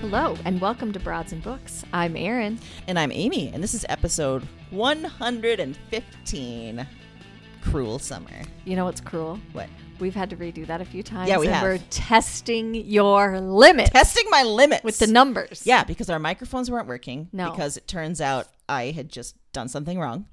Hello, and welcome to Broads and Books. I'm Erin. And I'm Amy, and this is episode 115 Cruel Summer. You know what's cruel? What? We've had to redo that a few times. Yeah, we and have. We're testing your limits Testing my limits. with the numbers. Yeah, because our microphones weren't working. No. Because it turns out I had just done something wrong.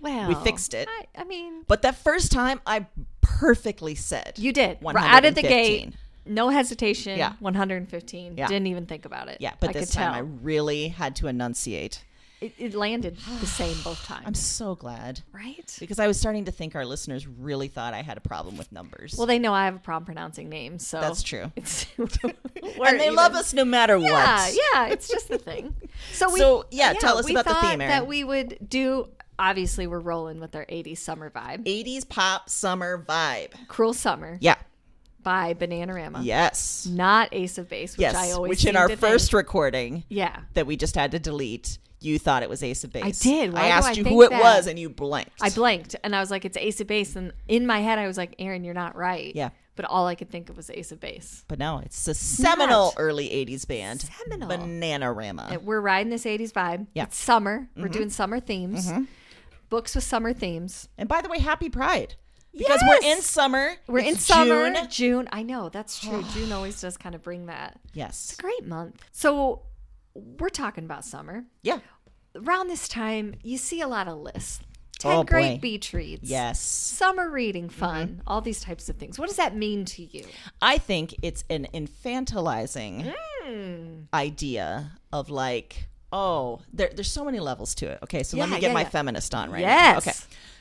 Well, fixed it. I, I mean, But that first time, I perfectly said. you did. We're out of the 115. gate. No hesitation. Yeah. 115. Yeah. Didn't even think about it. Yeah, but I this could time I tell. really had to enunciate. It, it landed the same both times. I'm so glad. right? Because I was starting to think our listeners really thought I had a problem with numbers. Well, they know I have a problem pronouncing names, so That's true. It's and they love us no matter Yeah, what. yeah, it's just the thing. So we, So, yeah, tell us we about the thought theme, Erin. that we would do. Obviously, we're rolling with our '80s summer vibe. 80s pop summer vibe. "Cruel Summer" Yeah. by Bananarama. Yes. not Ace of Base, which yes. I always Which in seem our to first think. recording yeah. that we just had to delete, you thought it was Ace of Base. did. Why I do asked I you think who it that? was and you blanked. I blanked and I was like, it's Ace of Base. And in my head, I was like, Aaron, you're not right. Yeah. But all I could think of was Ace of Base. But no, it's a seminal Not. early 80s band. Seminal. Bananarama. And We're riding this 80s vibe. Yeah. Mm-hmm. It's summer. We're doing summer themes, books with summer themes. and by the way, happy Pride. Because we're in Yes. summer. We're in It's summer. June. June. I know. That's true. June always does kind of bring that. Yes. Great month. So we're talking about summer. Yeah. Around this time, you see a lot of lists. Ten Oh, great boy. Mm-hmm. beach reads. Yes. summer reading fun, all these types of things. What does that mean to you? I think it's an infantilizing Mm. idea of like, oh, there, there's so many levels to it. Okay, so let Yeah, me get yeah, my yeah. feminist on right now. Yes. Okay.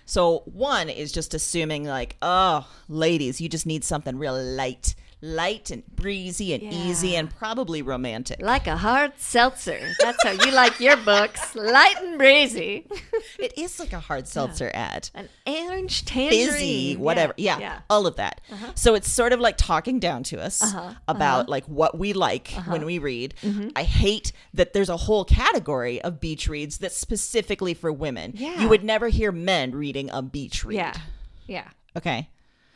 So one is just assuming like, oh, ladies, you just need something real light, light and breezy and easy Yeah. and probably romantic. Like a hard seltzer. That's how you like your books, light and breezy. It is like a hard seltzer ad. An orange tangerine, Busy, Yeah, whatever. Yeah, Oh, yeah. Uh-huh. all of that. So it's sort of like talking down to us about like what we like Uh-huh. when we read. Mm-hmm. I hate that there's a whole category of beach reads that's specifically for women. Yeah. You would never hear men reading a beach read. yeah, yeah. Okay.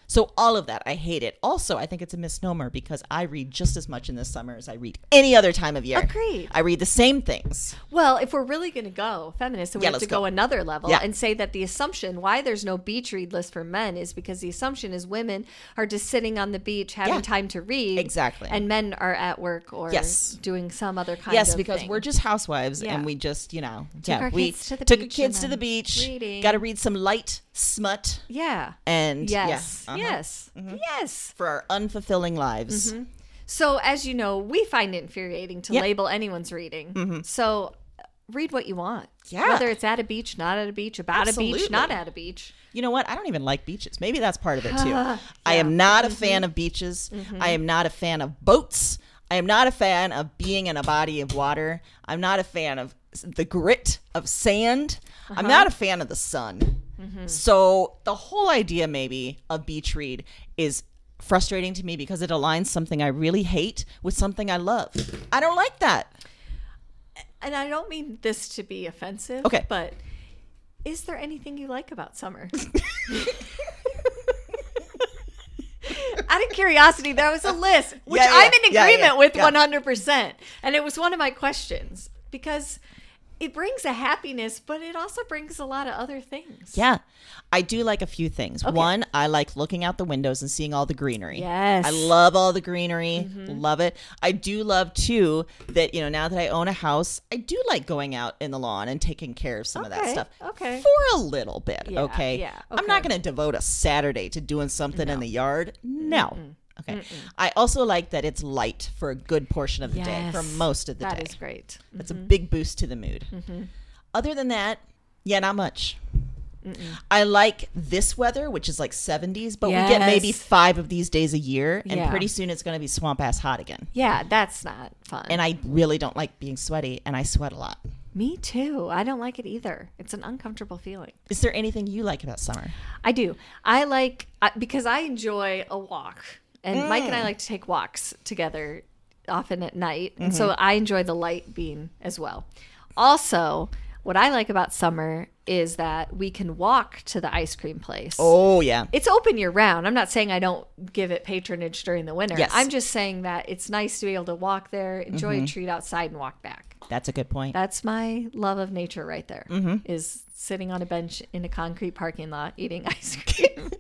So all of that, I hate it. Also, I think it's a misnomer because I read just as much in the summer as I read any other time of year. Agreed. I read the same things. Well, if we're really going to go feminist, then we Yeah, have let's to go, go. another level Yeah. and say that the assumption why there's no beach read list for men is because the assumption is women are just sitting on the beach having Yeah. time to read, Exactly. and men are at work or Yes. doing some other kind yes, of because thing. we're just housewives Yeah. and we just, you know, our we kids to the took beach kids and to the then beach. reading. Got to read some light smut yeah. and yeah, Yes. uh-huh, Yes. Yes. Mm-hmm. for our unfulfilling lives. So, as you know, we find it infuriating to Yep. label anyone's reading. So, read what you want. Mm-hmm. Yeah. Whether it's at a beach, not at a beach, about a Absolutely. beach, not at a beach. You know what? I don't even like beaches. Maybe that's part of it too. I am not a fan of beaches. I am not a fan of boats. I am not a fan of being in a body of water. I'm not a fan of s- the grit of sand. I'm not a fan of the sun. So the whole idea maybe of beach read is frustrating to me because it aligns something I really hate with something I love. I don't like that. And I don't mean this to be offensive. Okay. But is there anything you like about summer? Out of curiosity, there was a list, which Yeah, yeah, I'm in agreement yeah, yeah, with yeah. 100%. And it was one of my questions because it brings a happiness, but it also brings a lot of other things. Yeah. I do like a few things. One, I like looking out the windows and seeing all the greenery. Yes. Mm-hmm. I love all the greenery. Love it. I do love too that, you know, now that I own a house, I do like going out in the lawn and taking care of some of that Okay, stuff. okay. For a little bit. Yeah, okay. yeah, I'm not okay. going to devote a Saturday to doing something in the yard. No. Okay. I also like that it's light for a good portion of the day, for Yes. most of the That day. is great. That's a big boost to the mood. Mm-hmm. Other than that, yeah, not much. I like this weather, which is like 70s, but we get maybe Yes. five of these days a year, and Yeah. pretty soon it's going to be swamp ass hot again. Yeah, that's not fun. And I really don't like being sweaty, and I sweat a lot. Me too. I don't like it either. It's an uncomfortable feeling. Is there anything you like about summer? I do. I like I, because I enjoy a walk, and Mike Mm. and I like to take walks together often at night, and Mm-hmm. so I enjoy the light beam as well. Also, what I like about summer is that we can walk to the ice cream place. Oh, yeah. It's open year round. I'm not saying I don't give it patronage during the winter. Yes. Mm-hmm. I'm just saying that it's nice to be able to walk there, enjoy a treat outside, and walk back. That's a good point. That's my love of nature right there. Is Mm-hmm. sitting on a bench in a concrete parking lot eating ice cream.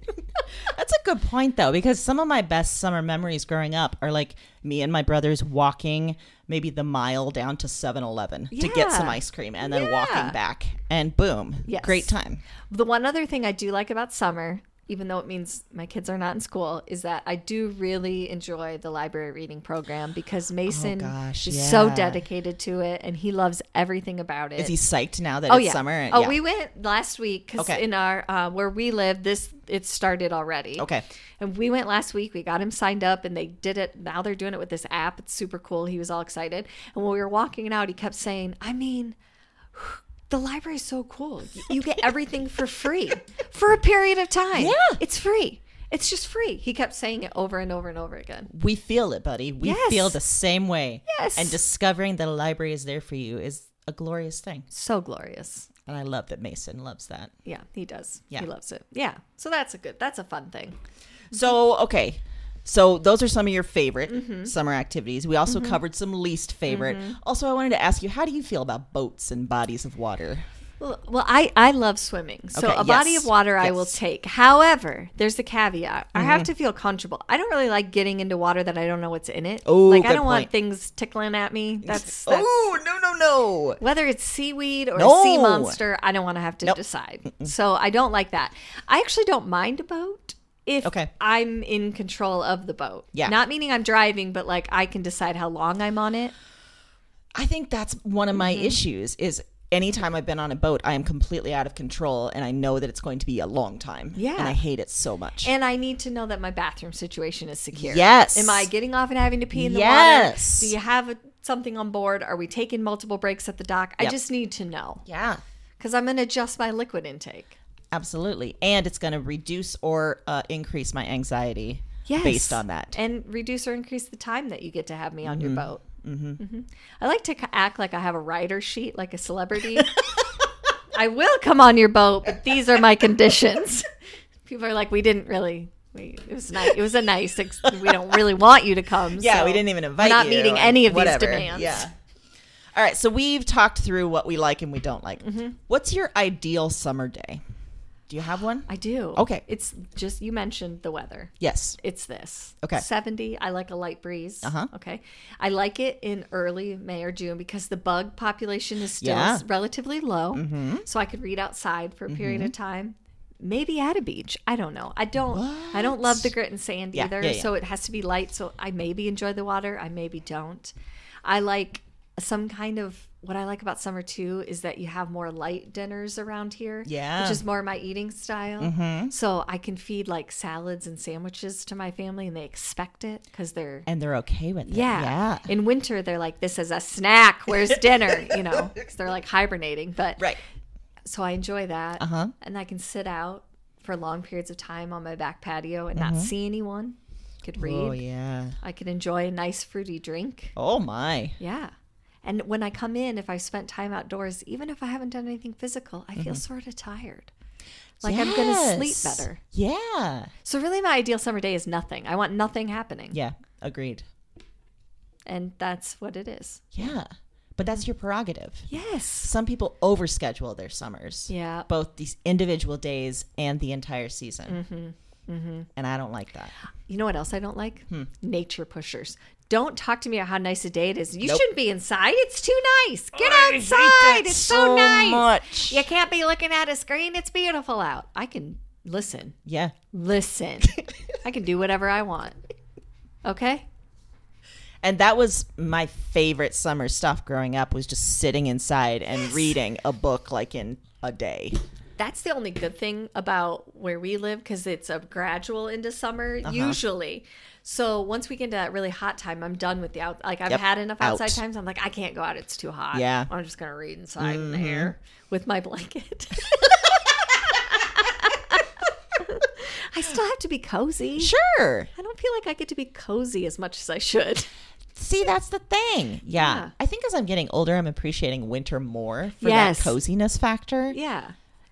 That's a good point, though, because some of my best summer memories growing up are like me and my brothers walking maybe the mile down to 7 Eleven to get some Yeah. ice cream and then Yeah. walking back, and boom, Yes. great time. the one other thing I do like about summer, even though it means my kids are not in school, is that I do really enjoy the library reading program because Mason Oh, gosh, is so yeah. dedicated to it and he loves everything about it. Is he psyched now that Oh it's yeah. summer? And- oh, yeah. we went last week because Okay. in our uh, where we live, this it started already. Okay. And we went last week. We got him signed up, and they did it. Now they're doing it with this app. It's super cool. He was all excited. And when we were walking out, he kept saying, "I mean." The library's so cool. You- You get everything for free for a period of time. Yeah. It's free. It's just free. He kept saying it over and over and over again. We feel it, buddy. We Yes. feel the same way. Yes. And discovering that a library is there for you is a glorious thing. So glorious. And I love that Mason loves that. Yeah, he does. Yeah. He loves it. Yeah. So that's a good, that's a fun thing. So, okay. So, those are some of your favorite summer activities. We also covered some least favorite. Also, I wanted to ask you how do you feel about boats and bodies of water? Well, well, I, I love swimming. So Okay, a body yes, of water I yes. Mm-hmm. will take. However, there's the caveat. I have to feel comfortable. I don't really like getting into water that I don't know what's in it. Oh, like I good don't want point. things tickling at me. That's, that's oh, no, no, no. whether it's seaweed or No. a sea monster, I don't want to have to Nope. decide. So I don't like that. I actually don't mind a boat if Okay. I'm in control of the boat. Yeah. Not meaning I'm driving, but like I can decide how long I'm on it. I think that's one of my issues is anytime I've been on a boat, I am completely out of control and I know that it's going to be a long time. Yeah. And I hate it so much. And I need to know that my bathroom situation is secure. Yes. Am I getting off and having to pee in the water? Yes. Do you have a, something on board? Are we taking multiple breaks at the dock? I Yep. just need to know yeah. because I'm going to adjust my liquid intake. Absolutely. And it's going to reduce or uh, increase my anxiety Yes. based on that. And reduce or increase the time that you get to have me on your boat. Mm-hmm. I like to ca- act like I have a rider sheet, like a celebrity. I will come on your boat, but these are my conditions. People are like, we didn't really. We, it was nice. It was a nice. Ex- we don't really want you to come. yeah, so we didn't even invite We're not you meeting and any of whatever. these demands. Yeah. All right, so we've talked through what we like and we don't like. Mm-hmm. What's your ideal summer day? Do you have one? I do. Okay. It's just you mentioned the weather. yes. It's this. Okay. 70. I like a light breeze. Uh-huh. Okay. I like it in early May or June because the bug population is still Yeah. Mm-hmm. relatively low. So I could read outside for a period of time. maybe at a beach. I don't know. I don't. I don't love the grit and sand Yeah, either. yeah, yeah. So it has to be light. So I maybe enjoy the water. I maybe don't. I like some kind of what I like about summer too is that you have more light dinners around here. Yeah. Mm-hmm. which is more my eating style. So I can feed like salads and sandwiches to my family, and they expect it because they're and they're okay with it. yeah. yeah. In winter, they're like, this is a snack. Where's dinner? You know, 'cause they're like hibernating. But Right. so I enjoy that. Uh-huh. And I can sit out for long periods of time on my back patio and not see anyone. Could read. Mm-hmm. Oh yeah. I could enjoy a nice fruity drink. Oh my. Yeah. And when I come in, if I spent time outdoors, even if I haven't done anything physical, I feel sort of tired. Like I'm going to sleep Mm-hmm. Yes. better. Yeah. So really, my ideal summer day is nothing. I want nothing happening. Yeah. Agreed. And that's what it is. Yeah. But that's your prerogative. Yes. Some people overschedule their summers. Yeah. Both these individual days and the entire season. Mm-hmm. Mm-hmm. And I don't like that. You know what else I don't like? Hmm. Nature pushers. Don't talk to me about how nice a day it is. You Nope. shouldn't be inside. It's too nice. Get outside. It's so, so nice. much. You can't be looking at a screen. It's beautiful out. I can listen. Yeah. Listen. I can do whatever I want. Okay? And that was my favorite summer stuff growing up was just sitting inside and reading a book like in a day. That's the only good thing about where we live because it's a gradual into summer usually. So once we get into that really hot time, I'm done with the out. Like I've Yep, had enough out. outside times. I'm like I can't go out; it's too hot. Yeah. I'm just gonna read inside in the air with my blanket. I still have to be cozy. Sure. I don't feel like I get to be cozy as much as I should. See, that's the thing. Yeah. Yeah. I think as I'm getting older, I'm appreciating winter more for Yes. that coziness factor Yeah.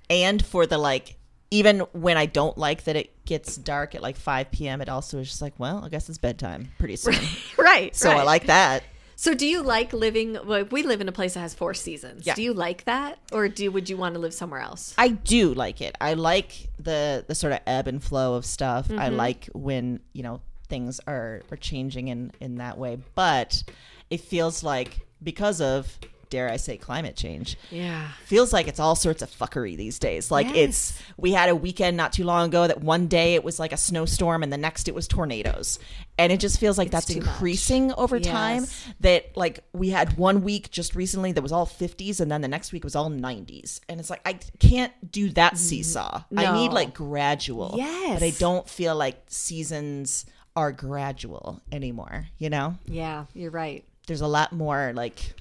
and for the like, even when I don't like that it gets dark at like 5 p.m., it also is just like, well, I guess it's bedtime pretty soon. Right. So I right. like that. So, do you like living? Like, we live in a place that has four seasons. Yeah. Do you like that, or do would you want to live somewhere else? I do like it. I like the the sort of ebb and flow of stuff. I like when you know things are are changing in in that way. But it feels like because of dare I say climate change, Yeah. feels like it's all sorts of fuckery these days. Like it's we had a weekend not too long ago that one day it was like a snowstorm and the next it was tornadoes. And it just feels like that's too much. increasing over time Yes. that like we had one week just recently that was all 50s and then the next week was all 90s. And it's like I can't do that seesaw. I need Mm-hmm. No. like gradual. But I Yes. don't feel like seasons are gradual anymore, you know? Yeah, you're right. There's a lot more like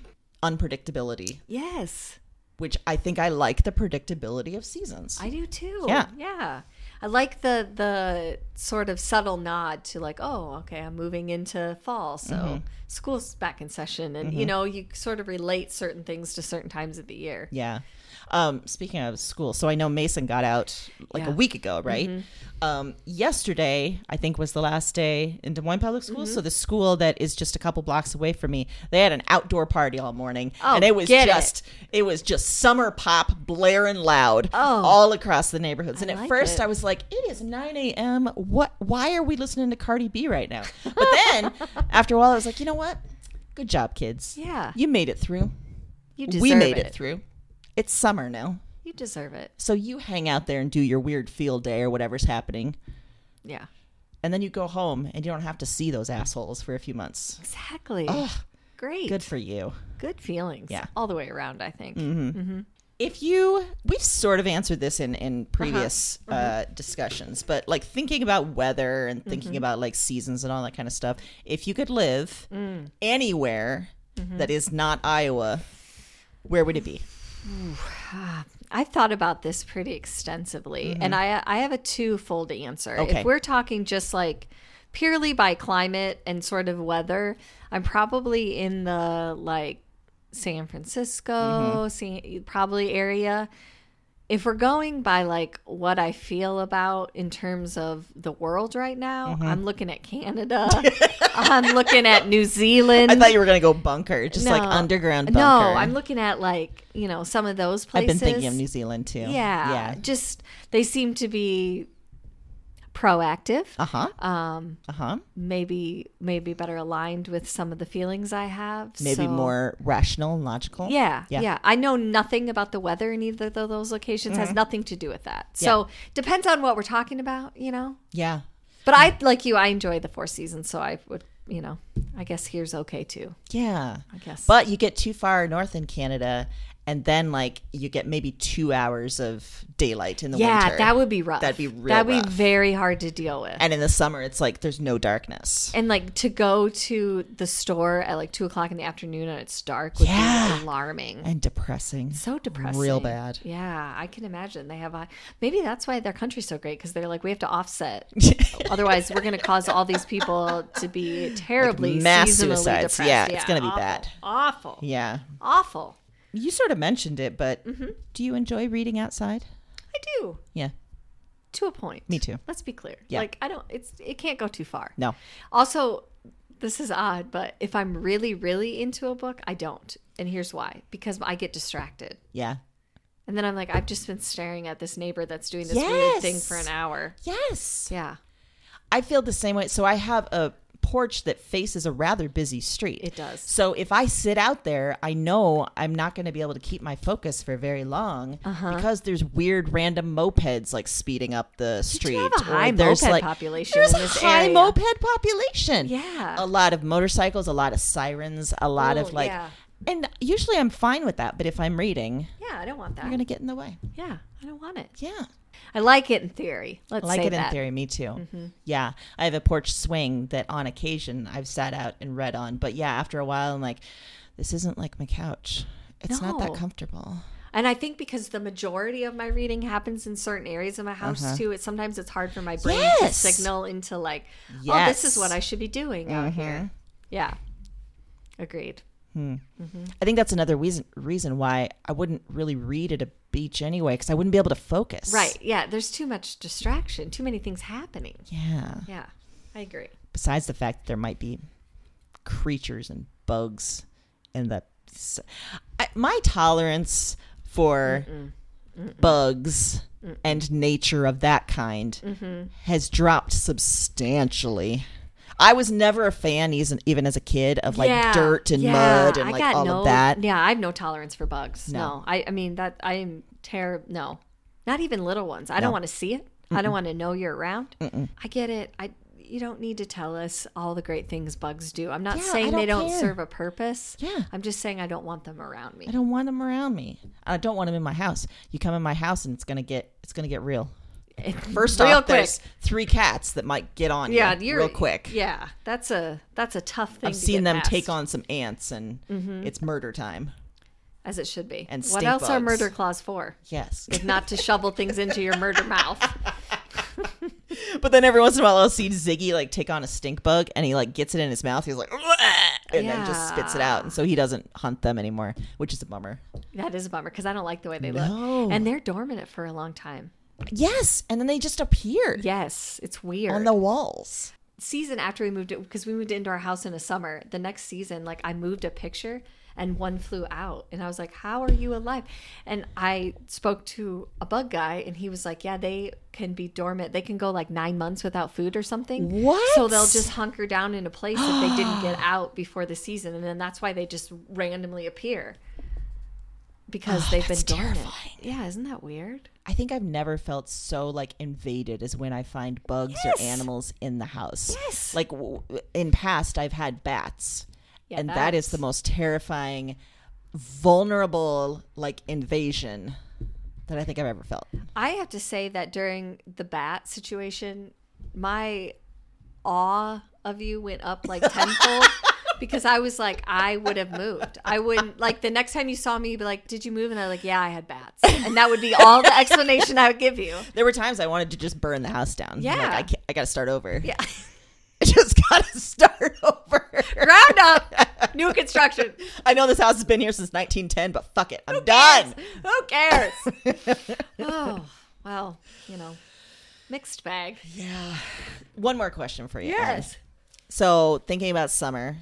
unpredictability Yes, which I think I like the predictability of seasons. I do too. Yeah. Yeah. I like the the sort of subtle nod to like, oh, okay, I'm moving into fall, so Mm-hmm. school's back in session and you know, you sort of relate certain things to certain times of the year. yeah. Um, speaking of school, so I know Mason got out like a Yeah. Mm-hmm. week ago, right? Um, yesterday, I think was the last day in Des Moines Public Schools. Mm-hmm. So the school that is just a couple blocks away from me, they had an outdoor party all morning, Oh, and it was get it. just it. was just summer pop blaring loud Oh. all across the neighborhoods. And I at like first, it. I was like, "It is nine a.m. What? Why are we listening to Cardi B right now?" But then, after a while, I was like, "You know what? Good job, kids. Yeah. you made it through." You deserve we made it. it. through. It's summer now. You deserve it. So you hang out there and do your weird field day or whatever's happening. Yeah. And then you go home and you don't have to see those assholes for a few months. Exactly. Great. Good for you. Good feelings. Yeah. Mm-hmm. All the way around, I think. If you, we've sort of answered this in, in previous uh discussions, but like thinking about weather and thinking about like seasons and all that kind of stuff, if you could live anywhere that is not Iowa, where would it be? I've thought about this pretty extensively, and I I have a twofold answer. Mm-hmm. Okay. If we're talking just like purely by climate and sort of weather, I'm probably in the like San Francisco, Mm-hmm. San, probably area. If we're going by like what I feel about in terms of the world right now, Mm-hmm. I'm looking at Canada. I'm looking at New Zealand. I thought you were going to go bunker, just like underground bunker. No, I'm looking at like you know some of those places. I've been thinking of New Zealand too. Yeah, Yeah. Just they seem to be proactive, Uh huh. um, Uh huh. maybe maybe better aligned with some of the feelings I have. Maybe so- more rational and logical. Yeah, Yeah. yeah, I know nothing about the weather in either of those locations. Mm-hmm. Has nothing to do with that. So depends on what we're talking about, you know. Yeah. But I Mm. like you. I enjoy the four seasons, so I would, you know, I guess here's okay too. Yeah. I guess. But you get too far north in Canada, and then like you get maybe two hours of daylight in the yeah, winter. that would be rough. That'd be real That'd rough. be very hard to deal with. and in the summer, it's like there's no darkness. And like to go to the store at like two o'clock in the afternoon and it's dark would Yeah. be alarming. And depressing. so depressing. Real bad. Yeah, I can imagine. They have a maybe that's why their country's so great because they're like we have to offset. Otherwise, we're going to cause all these people to be terribly mass seasonally suicides. depressed. Yeah, it's gonna be awful, bad. Awful. Yeah. Awful. You sort of mentioned it, but Mm-hmm. do you enjoy reading outside? I do Yeah. to a point. Me too. Let's be clear. Yeah. Like I don't. It's it can't go too far. No. Also, this is odd, but if I'm really, really into a book, I don't. And here's why because I get distracted. Yeah. And then I'm like, I've just been staring at this neighbor that's doing this Yes. weird thing for an hour. Yes. Yeah, I feel the same way. So I have a porch that faces a rather busy street. It does. So if I sit out there, I know I'm not going to be able to keep my focus for very long Uh-huh. because there's weird random mopeds like speeding up the street. have a high there's moped like population there's in a this high area. moped population. Yeah. A lot of motorcycles, a lot of sirens, a lot of Oh, like. yeah. And usually I'm fine with that, but if I'm reading, yeah, I don't want that. I'm going to get in the way. Yeah, I don't want it. Yeah. I like it in theory. Let's I like say it that. Mm-hmm. in theory. Me too. Yeah, I have a porch swing that on occasion I've sat out and read on. But yeah, after a while, I'm like, this isn't like my couch. It's not that No. comfortable. And I think because the majority of my reading happens in certain areas of my house too, it sometimes it's hard for my brain Uh-huh. Yes. to signal into like, oh, Yes. Uh-huh. this is what I should be doing out here. Yeah, agreed. I think that's another reason reason why I wouldn't really read at a beach anyway, because I wouldn't be able to focus. Right. Yeah. There's too much distraction, too many things happening. Yeah. Yeah. I agree. Besides the fact that there might be creatures and bugs, and the I, my tolerance for bugs and nature of that kind Mm-hmm. has dropped substantially. I was never a fan, even even as a kid, of like yeah. dirt and Yeah, mud and I like got all no, of that. Yeah, I have no tolerance for bugs. No. No. I, I mean that I am terrible. No, not even little ones. I don't want to see it. I don't want to know you're around. I get it. I you don't need to tell us all the great things bugs do. I'm not Yeah, I saying they don't don't care. serve a purpose. Yeah. I'm just saying I don't want them around me. I don't want them around me. I don't want them in my house. You come in my house and it's gonna get it's gonna get real. First Real off, there's three cats that might get on Yeah, you you're real quick. Yeah, that's a that's a tough thing. I've to seen get them past, take on some ants, and it's murder time. as it should be. and what stink else are bugs. murder claws for? Yes, If not to shovel things into your murder mouth. but then every once in a while, I'll see Ziggy like take on a stink bug, and he like gets it in his mouth. He's like, "Ugh," and then just spits it out, and so he doesn't hunt them anymore, which is a bummer. That is a bummer because I don't like the way they No. look. And they're dormant for a long time. Yes, and then they just appear Yes, it's weird. on the walls. season after we moved it, because we moved into our house in the summer, the next season, like I moved a picture and one flew out. And I was like, How are you alive? And I spoke to a bug guy and he was like, Yeah, they can be dormant. They can go like nine months without food or something. What? So they'll just hunker down in a place if they didn't get out before the season. And then that's why they just randomly appear. Because they've been Oh, that's dormant. terrifying. Yeah, isn't that weird? I think I've never felt so like invaded as when I find bugs or animals in the house. Yes. Like w- w- in past, I've had bats, and that is bats. the most terrifying, vulnerable like invasion that I think I've ever felt. I have to say that during the bat situation, my awe of you went up like tenfold because I was like, I would have moved. I wouldn't like the next time you saw me, you'd be like, Did you move? And I'm like, Yeah, I had bats. And that would be all the explanation I would give you. There were times I wanted to just burn the house down. Yeah. Like, I can't, I got to start over. Yeah. I just got to start over. Ground up, new construction. I know this house has been here since 1910, but fuck it, I'm done. Who cares? Oh, well, you know, mixed bag. One more question for you. Erin. So, thinking about summer,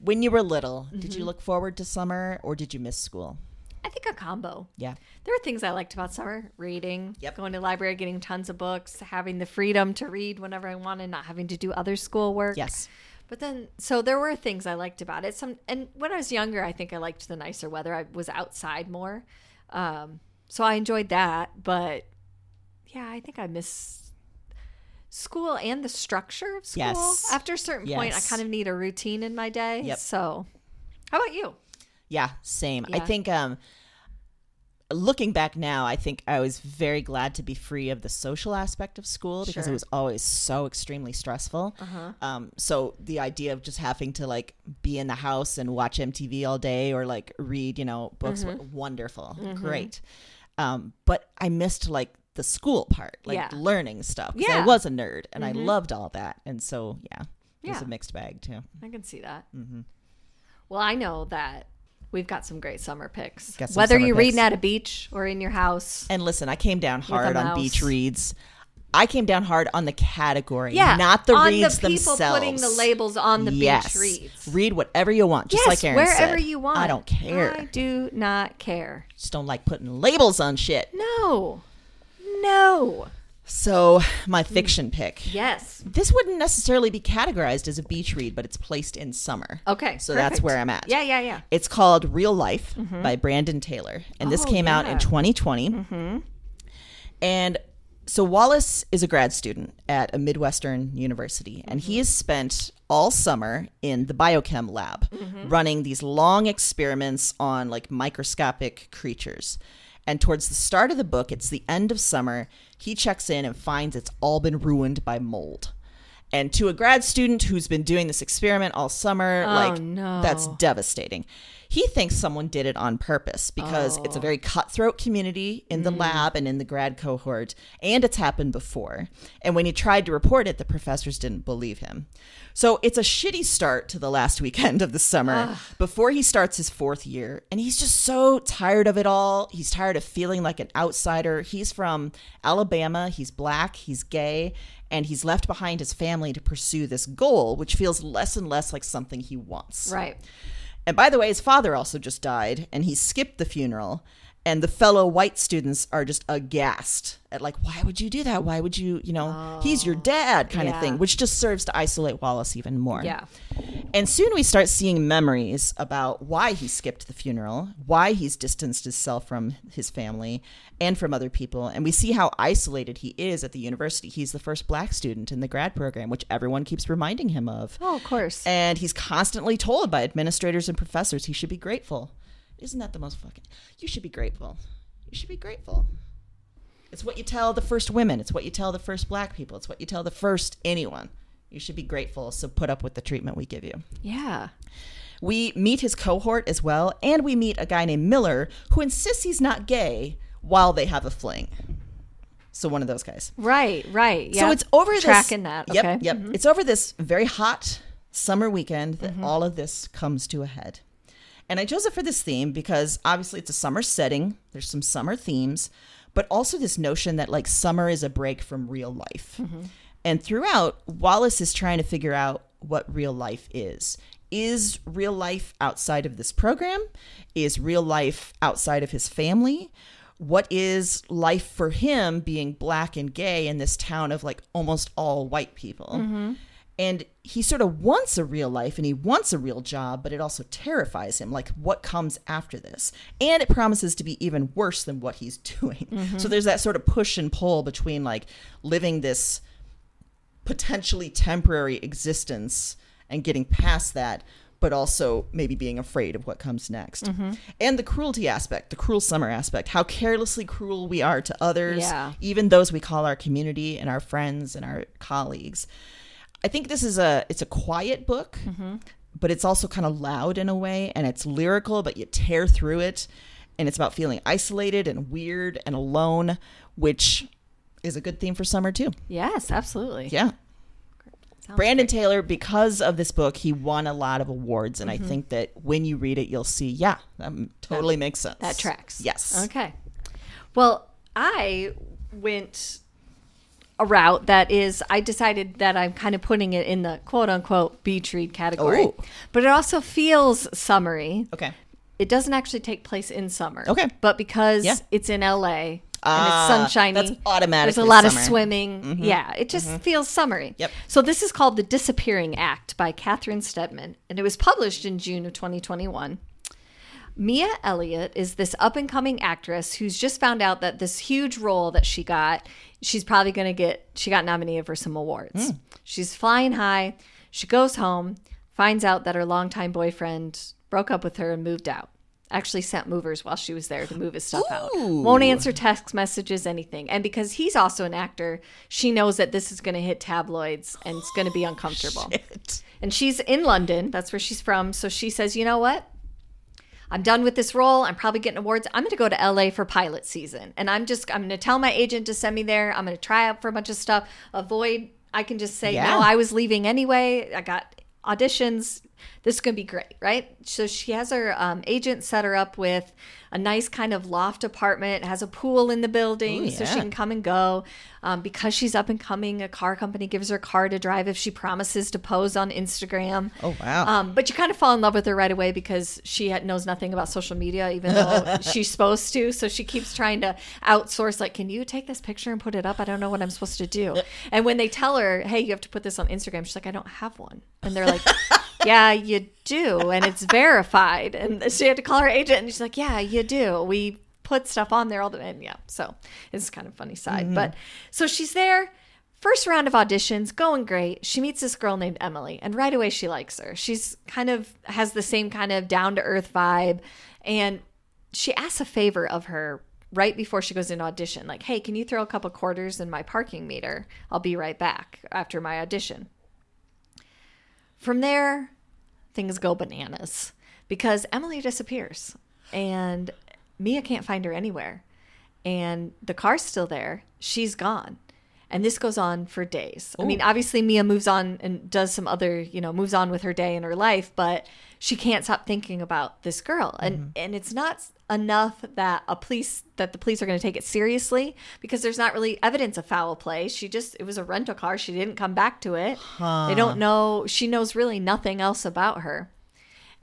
when you were little, did you look forward to summer or did you miss school? I think a combo. Yeah. There are things I liked about summer reading, Yep. going to the library, getting tons of books, having the freedom to read whenever I wanted, not having to do other schoolwork. Yes. But then, so there were things I liked about it. Some, and when I was younger, I think I liked the nicer weather. I was outside more, um, so I enjoyed that. But yeah, I think I miss school and the structure of school. Yes. After a certain point, I Yes. kind of need a routine in my day. Yep. So, how about you? Yeah, same. I Yeah. think um looking back now, I think I was very glad to be free of the social aspect of school because it Sure. Uh-huh. was always so extremely stressful. Um so the idea of just having to like be in the house and watch MTV all day or like read, you know, books were Mm-hmm. wonderful. Great. Um but I missed like the school part, like Yeah. learning stuff. 'cause I Yeah. Mm-hmm. was a nerd and I loved all that. And so, yeah, it was a Yeah. mixed bag too. I can see that. Mm-hmm. Well, I know that we've got some great summer picks. Got some Whether summer you're picks. reading at a beach or in your house, And listen, I came down a hard on mouse. beach reads. I came down hard on the category, yeah, not the on reads the people themselves. putting the labels on the yes. beach reads. Read whatever you want, just yes, like Aaron wherever said. you want. I don't care. I do not care. just don't like putting labels on shit. No, no. So, my Mm. fiction pick. Yes. This wouldn't necessarily be categorized as a beach read, but it's placed in summer. Okay. So that's perfect. where I'm at. Yeah, yeah, yeah. Mm-hmm. It's called Real Life by Brandon Taylor. And this Oh, came out in yeah. Mm-hmm. 2020. And so Wallace is a grad student at a Midwestern university, and Mm-hmm. he has spent all summer in the biochem lab Mm-hmm. running these long experiments on like microscopic creatures. And towards the start of the book, it's the end of summer, he checks in and finds it's all been ruined by mold. And to a grad student who's been doing this experiment all summer, like no. that's devastating. He thinks someone did it on purpose because it's a very cutthroat community in the lab and in the grad cohort, and it's happened before. And when he tried to report it, the professors didn't believe him. So it's a shitty start to the last weekend of the summer before he starts his fourth year. And he's just so tired of it all. He's tired of feeling like an outsider. He's from Alabama, he's black, he's gay, and he's left behind his family to pursue this goal, which feels less and less like something he wants. Right. And by the way, his father also just died, and he skipped the funeral. And the fellow white students are just aghast at like, why would you do that? Why would you, you know, he's your dad kind of Oh, yeah. thing, which just serves to isolate Wallace even more. Yeah. And soon we start seeing memories about why he skipped the funeral, why he's distanced himself from his family and from other people. And we see how isolated he is at the university. He's the first black student in the grad program, which everyone keeps reminding him of. Oh, of course. And he's constantly told by administrators and professors he should be grateful. Isn't that the most fucking? You should be grateful. You should be grateful. It's what you tell the first women. It's what you tell the first black people. It's what you tell the first anyone. You should be grateful. So put up with the treatment we give you. yeah. We meet his cohort as well, and we meet a guy named Miller who insists he's not gay while they have a fling. So one of those guys. Right. Right. Yeah. So it's over this tracking that. Yep, okay. Mm-hmm. yep. It's over this very hot summer weekend that all of this comes to a head. And I chose it for this theme because obviously it's a summer setting. There's some summer themes, but also this notion that like summer is a break from real life. Mm-hmm. And throughout, Wallace is trying to figure out what real life is. Is real life outside of this program? Is real life outside of his family? What is life for him being black and gay in this town of like almost all white people? And he sort of wants a real life and he wants a real job, but it also terrifies him. Like, what comes after this? And it promises to be even worse than what he's doing. So there's that sort of push and pull between like living this potentially temporary existence and getting past that, but also maybe being afraid of what comes next. And the cruelty aspect, the cruel summer aspect, how carelessly cruel we are to others, Yeah. even those we call our community and our friends and our colleagues. I think this is a it's a quiet book, but it's also kind of loud in a way, and it's lyrical, but you tear through it, and it's about feeling isolated and weird and alone, which is a good theme for summer too. Yes. Absolutely. Yeah. Brandon Taylor, because of this book, he won a lot of awards, and Mm-hmm. I think that when you read it, you'll see, yeah, that m- totally makes sense. That tracks. Yes. Okay. Well, I went a route that is I decided that I'm kind of putting it in the quote unquote beach read category. Oh. But it also feels summery Okay. It doesn't actually take place in summer. Okay. But because Yeah. it's in LA Ah, and it's sunshiny, that's automatically There's a lot summer. Mm-hmm. of swimming. Yeah, it just feels summery. Yep. So this is called The Disappearing Act by Katherine Stedman, and it was published in June of 2021. Mia Elliott is this up and coming actress who's just found out that this huge role that she got, she's probably going to get, she got nominated for some awards. She's flying high. She goes home, finds out that her longtime boyfriend broke up with her and moved out. Actually, sent movers while she was there to move his stuff out. Won't answer text messages, anything. And because he's also an actor, she knows that this is going to hit tabloids and it's going to be uncomfortable. And she's in London. That's where she's from. So she says, you know what? I'm done with this role. I'm probably getting awards. I'm going to go to LA for pilot season. And I'm just, I'm going to tell my agent to send me there. I'm going to try out for a bunch of stuff. Avoid, I can just say, Yeah. no, I was leaving anyway. I got auditions. This is going to be great, right? So she has her um, agent set her up with a nice kind of loft apartment, has a pool in the building so yeah. she can come and go. Um, because she's up and coming, a car company gives her a car to drive if she promises to pose on Instagram. Oh wow. Um, but you kind of fall in love with her right away because she had, knows nothing about social media, even though she's supposed to. So she keeps trying to outsource, like, can you take this picture and put it up? I don't know what I'm supposed to do. And when they tell her, hey, you have to put this on Instagram, she's like, I don't have one. And they're like, yeah, you do. And it's verified. And she had to call her agent and she's like, yeah, you do. We put stuff on there all the time. Yeah. So it's kind of funny side. Mm-hmm. But so she's there. First round of auditions, going great. She meets this girl named Emily, and right away she likes her. She's kind of has the same kind of down to earth vibe, and she asks a favor of her right before she goes into audition like, hey, can you throw a couple quarters in my parking meter? I'll be right back after my audition. From there, things go bananas because Emily disappears and Mia can't find her anywhere. And the car's still there. She's gone. And this goes on for days. I mean, obviously, Mia moves on and does some other, you know, moves on with her day and her life, but she can't stop thinking about this girl. And and it's not enough that a police that the police are going to take it seriously because there's not really evidence of foul play. She just it was a rental car. She didn't come back to it. They don't know. She knows really nothing else about her.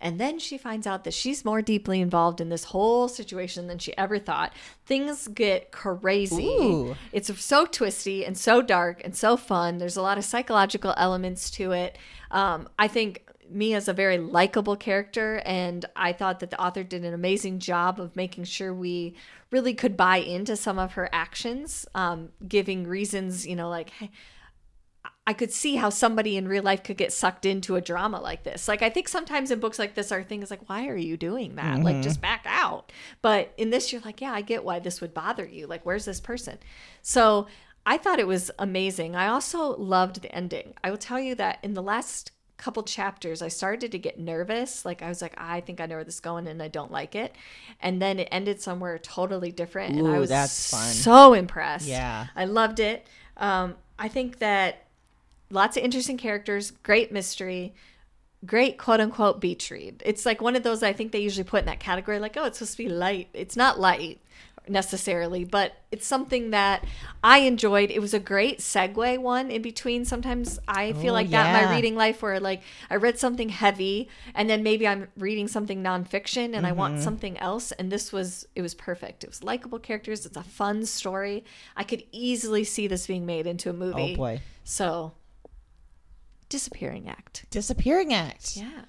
And then she finds out that she's more deeply involved in this whole situation than she ever thought. Things get crazy. Ooh. It's so twisty and so dark and so fun. There's a lot of psychological elements to it. Um, I think Mia's a very likable character, and I thought that the author did an amazing job of making sure we really could buy into some of her actions, um, giving reasons, you know, like, hey, I could see how somebody in real life could get sucked into a drama like this. Like I think sometimes in books like this our thing is like, why are you doing that? Mm-hmm. Like just back out. But in this you're like, yeah, I get why this would bother you. Like where's this person? So I thought it was amazing. I also loved the ending. I will tell you that in the last couple chapters I started to get nervous. Like I was like, I think I know where this is going and I don't like it. And then it ended somewhere totally different. and I Ooh, was that's fun. so impressed. Yeah. I loved it. Um, I think that lots of interesting characters, great mystery, great quote unquote beach read. It's like one of those I think they usually put in that category, like, oh, it's supposed to be light. It's not light necessarily, but it's something that I enjoyed. It was a great segue one in between. Sometimes I feel Oh, like that in yeah. my reading life where like I read something heavy and then maybe I'm reading something nonfiction and I want Mm-hmm. something else. And this was it was perfect. It was likable characters. It's a fun story. I could easily see this being made into a movie. oh boy. So, disappearing act. Disappearing Act. Yeah.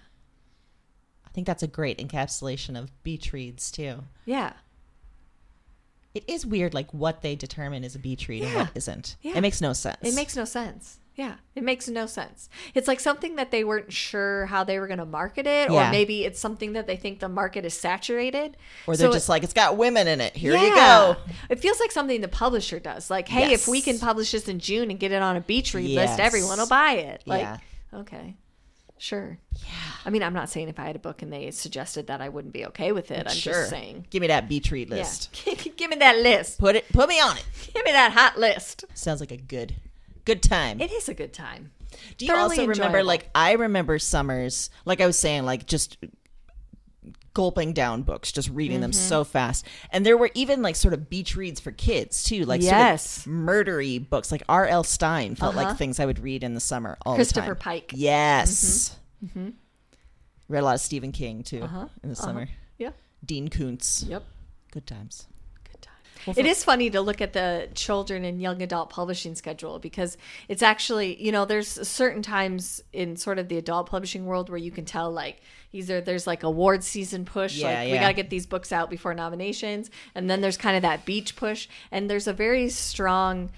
I think that's a great encapsulation of beach reads too. Yeah. It is weird, like what they determine is a beach read and Yeah. what isn't. Yeah. It makes no sense. It makes no sense. Yeah. It makes no sense. It's like something that they weren't sure how they were going to market it, Yeah. or maybe it's something that they think the market is saturated. or they're So it- just like it's got women in it. Here you Yeah. go. It feels like something the publisher does. Like, hey, if we can Yes. publish this in June and get it on a beach read Yes. list, everyone will buy it. Like, Yeah. okay. Sure. Yeah. I mean, I'm not saying if I had a book and they suggested that I wouldn't be okay with it. I'm just saying. Give me that beach read list. Yeah. Give me that list. Put it. Put me on it. Give me that hot list. Sounds like a good, good time. It is a good time. Do you thoroughly also remember? enjoyable. Like I remember summers. Like I was saying, like just gulping down books, just reading them Mm-hmm. so fast. And there were even like sort of beach reads for kids too, like Yes. Uh-huh. sort of murdery books. Like R.L. Stein felt like things I would read in the summer all Christopher the time. Pike. Mm-hmm. Yes. Read a lot of Stephen King too in the summer. Yeah. Dean Koontz. Uh-huh. Yep. Good times. Good time. it is funny to look at the children and young adult publishing schedule because it's actually, you know, there's certain times in sort of the adult publishing world where you can tell like either there's like award season push, Yeah, like we yeah. got to get these books out before nominations, and then there's kind of that beach push, and there's a very strong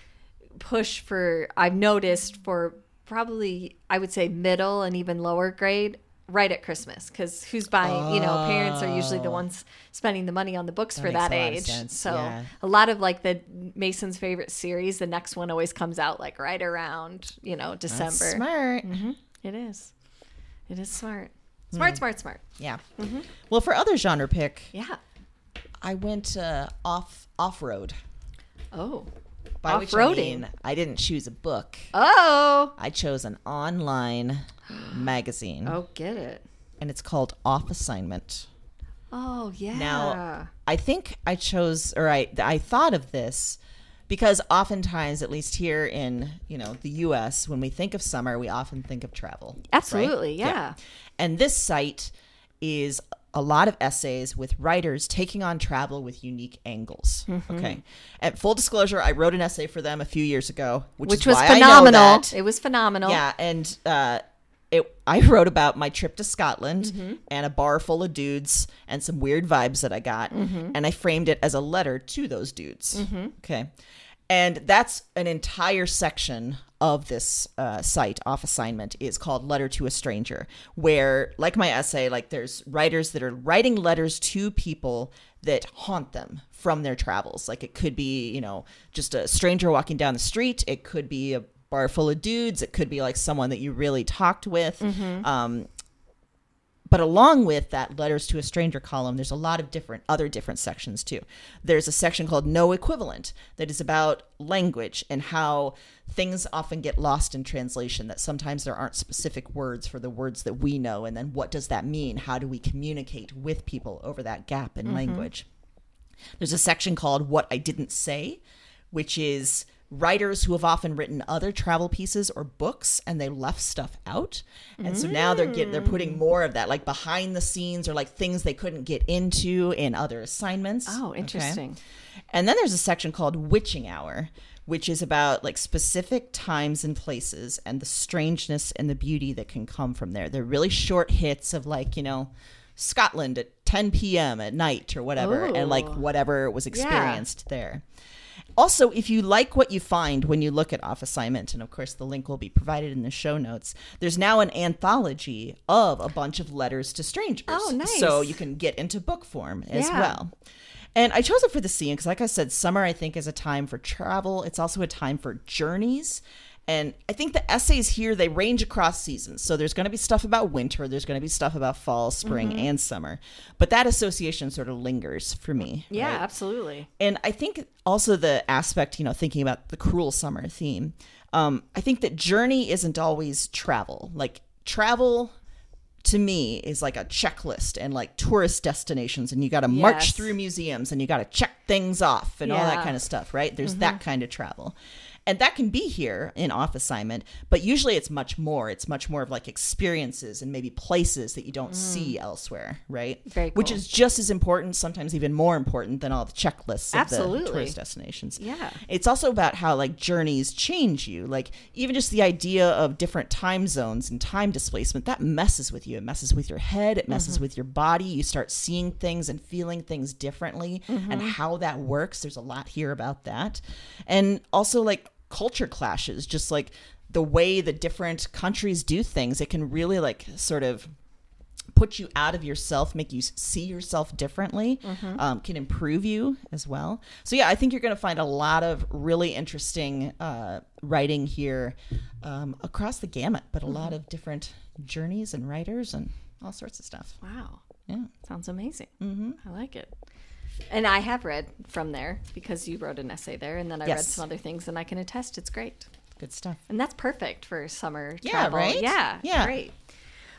push for I've noticed for probably I would say middle and even lower grade right at Christmas because who's buying you know parents are usually the ones spending the money on the books for Oh. makes that a lot of age sense, so yeah. a lot of like the Mason's favorite series the next one always comes out like right around you know December Smart. it is it is smart Hmm. smart smart smart Yeah. Mm-hmm. Well, for other genre pick, yeah I went uh, off off road. oh By which I Off-roading. mean I didn't choose a book. oh I chose an online magazine, oh get it and it's called Off Assignment. oh yeah Now, I think I chose, or I, I thought of this because oftentimes, at least here in you know the U.S., when we think of summer, we often think of travel. right? absolutely yeah. And this site is a lot of essays with writers taking on travel with unique angles. Mm-hmm. Okay. And full disclosure, I wrote an essay for them a few years ago, which, which is was why phenomenal. I know that. It was phenomenal. Yeah, and uh, it. I wrote about my trip to Scotland and a bar full of dudes and some weird vibes that I got, and I framed it as a letter to those dudes. Okay, and that's an entire section of this uh, site off assignment is called letter to a stranger where like my essay like there's writers that are writing letters to people that haunt them from their travels like it could be you know just a stranger walking down the street it could be a bar full of dudes. It could be like someone that you really talked with. Um, but along with that letters to a stranger column, there's a lot of different other different sections too. There's a section called no equivalent that is about language and how things often get lost in translation that sometimes there aren't specific words for the words that we know and then what does that mean? How do we communicate with people over that gap in language? There's a section called What I Didn't Say, which is writers who have often written other travel pieces or books and they left stuff out. And so now they're get, they're Mm. putting more of that like behind the scenes or like things they couldn't get into in other assignments. Oh, Okay. interesting. And then there's a section called Witching Hour, which is about like specific times and places and the strangeness and the beauty that can come from there. They're really short hits of like, you know, Scotland at 10 p.m. at night or whatever, and like Ooh. whatever was experienced there. Also, if you like what you find when you look at Off Assignment, and of course the link will be provided in the show notes, there's now an anthology of a bunch of letters to strangers. Oh, nice. So you can get into book form as Yeah. well. And I chose it for the scene because, like I said, summer I think is a time for travel. It's also a time for journeys. And I think the essays here they range across seasons. So there's going to be stuff about winter. There's going to be stuff about fall, spring, and summer. But that association sort of lingers for me. Yeah, right? absolutely. And I think also the aspect, you know, thinking about the cruel summer theme, um, I think that journey isn't always travel. Like, travel to me is like a checklist and like tourist destinations, and you got to march Yes. through museums and you got to check things off and all that Yeah. kind of stuff, right? There's Mm-hmm. that kind of travel. And that can be here in off assignment, but usually it's much more. It's much more of like experiences and maybe places that you don't see elsewhere, right? Mm. Very Which cool. is just as important, sometimes even more important than all the checklists of the Absolutely. tourist destinations. Yeah. It's also about how like journeys change you. Like even just the idea of different time zones and time displacement, that messes with you. It messes with your head, it messes with your body. You start seeing things and feeling things differently and how that works. There's a lot here about that. And also like culture clashes, just like the way the different countries do things. It can really like sort of put you out of yourself, make you s- see yourself differently, Mm-hmm. um, can improve you as well. So yeah, I think you're going to find a lot of really interesting uh, writing here um, across the gamut, but a Mm-hmm. lot of different journeys and writers and all sorts of stuff. Wow. Yeah. Sounds amazing. Mm-hmm. I like it. And I have read from there because you wrote an essay there, and then I read Yes. some other things, and I can attest it's great. Good stuff. And that's perfect for summer Yeah, travel. right? Yeah, Yeah. great.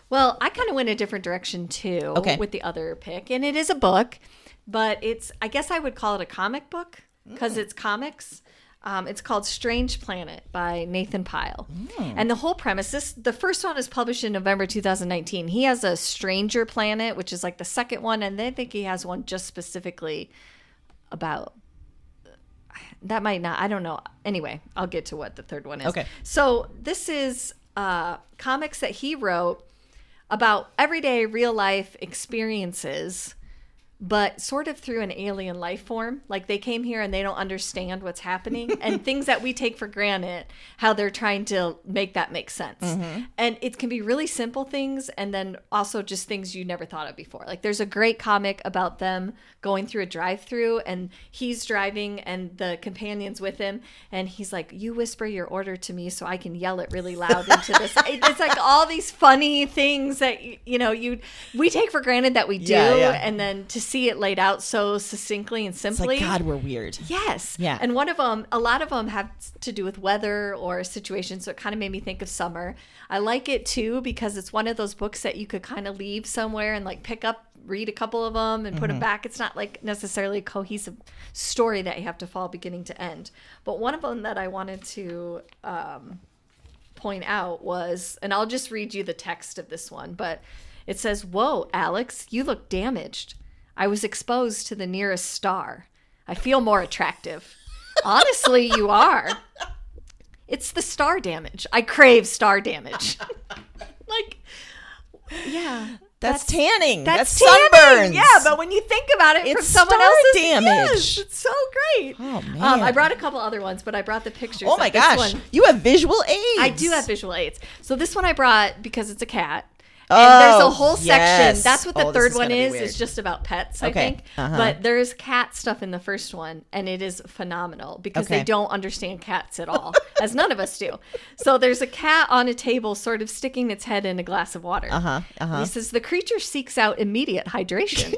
Well, I kind of went a different direction too Okay. with the other pick, and it Mm. is a book, but it's I guess I would call it a comic book because it's comics. Um, it's called Strange Planet by Nathan Pyle. Mm. And the whole premise this the first one is published in November 2019. He has a Stranger Planet, which is like the second one, and I think he has one just specifically about that might not i don't know anyway i'll get to what the third one is Okay. so this is uh comics that he wrote about everyday real life experiences but sort of through an alien life form like they came here and they don't understand what's happening and things that we take for granted how they're trying to make that make sense Mm-hmm. and it can be really simple things and then also just things you never thought of before like there's a great comic about them going through a drive-through and he's driving and the companions with him and he's like you whisper your order to me so i can yell it really loud into this It- it's like all these funny things that y- you know you we take for granted that we do Yeah, yeah. and then to see it laid out so succinctly and It's like simply God, we're weird. yes Yeah. and one of them a lot of them have to do with weather or situations so it kind of made me think of summer i like it too because it's one of those books that you could kind of leave somewhere and like pick up read a couple of them and put them Mm-hmm. back it's not like necessarily a cohesive story that you have to follow beginning to end but one of them that i wanted to point out was, and I'll just read you the text of this one, but it says, Whoa, Alex, you look damaged. I was exposed to the nearest star. I feel more attractive. Honestly, you are. It's the star damage. I crave star damage. like, yeah. That's, tanning. That's, tanning. sunburns. Yeah, but when you think about it from It's someone star else's damage. yes, it's so great. Oh, Um, I man. brought a couple other ones, but I brought the pictures. oh of my this gosh, one. you have visual aids. I do have visual aids. So this one I brought because it's a cat. And Oh, there's a whole yes. section. That's what the Oh, this third is one gonna be is. weird. It's just about pets, I Okay. think. Uh-huh. But there's cat stuff in the first one, and it is phenomenal because Okay. they don't understand cats at all, as none of us do. So there's a cat on a table, sort of sticking its head in a glass of water. Uh huh. Uh huh. He says the creature seeks out immediate hydration.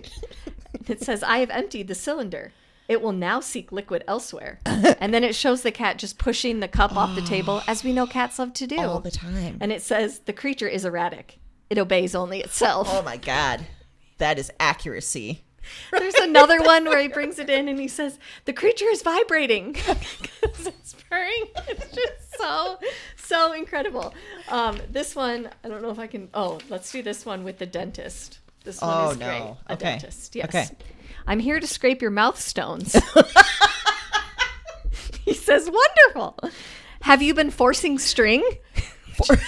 it says, I have emptied the cylinder. It will now seek liquid elsewhere. and then it shows the cat just pushing the cup off the table, as we know cats love to do. All the time. And it says the creature is erratic. It obeys only itself. oh my God, that is accuracy. There's another one where he brings it in and he says, The creature is vibrating because it's purring. It's just so, so incredible. Um, this one, I don't know if I can. Oh, let's do this one with the dentist. This one Oh, is no. great. A Okay. dentist, yes. Okay. I'm here to scrape your mouth stones. he says, Wonderful. Have you been forcing string?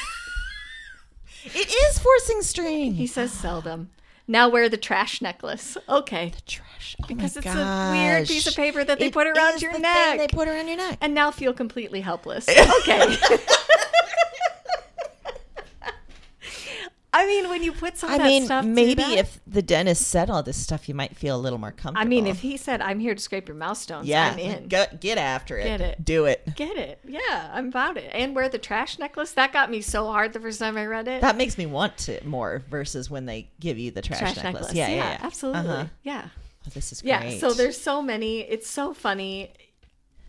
It is forcing string. He says, Seldom. Now wear the trash necklace. Okay. trash Oh Because it's a weird piece of paper that they put around your neck. they put around your neck. and now feel completely helpless. Okay. I mean, when you put some of I that mean, stuff, to maybe that- if the dentist said all this stuff, you might feel a little more comfortable. I mean, if he said, "I'm here to scrape your milestones," Oh. yeah, I'm in. Go, get after it. Get it. Do it. Get it? Yeah, I'm about it. And wear the trash necklace. That got me so hard the first time I read it. That makes me want it more versus when they give you the trash, trash necklace. necklace. Yeah, yeah, yeah. absolutely. Uh-huh. Yeah. Oh, this is great. Yeah, so there's so many. It's so funny.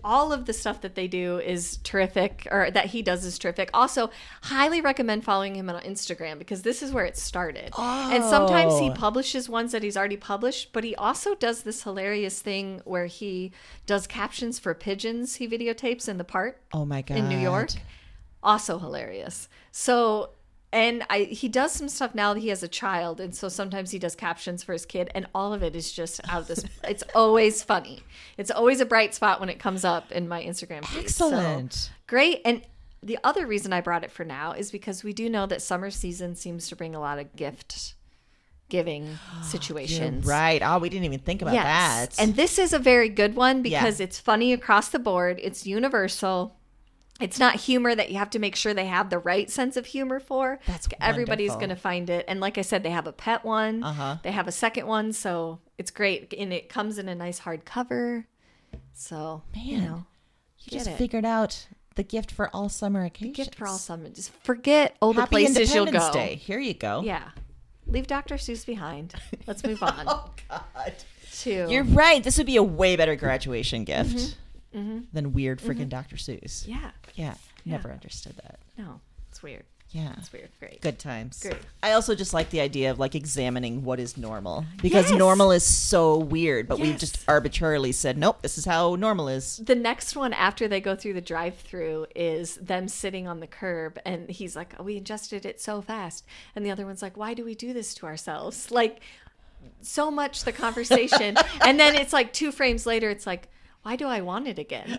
All of the stuff that they do is terrific, or that he does is terrific. Also, highly recommend following him on Instagram because this is where it started. And sometimes he Oh. publishes ones that he's already published, but he also does this hilarious thing where he does captions for pigeons he videotapes in the park oh my god in New York. Also hilarious. So and I he does some stuff now that he has a child and so sometimes he does captions for his kid and all of it is just out of this it's always funny. It's always a bright spot when it comes up in my Instagram feed. So, Excellent. great and the other reason I brought it for now is because we do know that summer season seems to bring a lot of gift giving situations. Right. Oh, we didn't even think about that. And this is a very good one because it's funny across the board, it's universal. It's not humor that you have to make sure they have the right sense of humor for. That's everybody's wonderful. going to find it. And like I said, they have a pet one. Uh-huh. They have a second one, so it's great and it comes in a nice hard cover. So, you Man. know, you just get it. figured out the gift for all summer occasions. gift for all summer. Just forget all the Happy places you'll Independence go. Day. Here you go. Yeah. Leave Dr. Seuss behind. Let's move on Oh God. to You're right. This would be a way better graduation gift than weird freaking Dr. Seuss. Mm-hmm. Yeah. Yeah, never understood that. No. It's weird. Yeah. It's weird. Great. Good times. Great. I also just like the idea of like examining what is normal because Uh, Yes. normal is so weird, but we've Yes. just arbitrarily said, nope, this is how normal is. The next one after they go through the drive-through is them sitting on the curb, and he's like, oh, "We ingested it so fast," and the other one's like, "Why do we do this to ourselves?" Like, so much the conversation, and then it's like two frames later, it's like, "Why do I want it again?"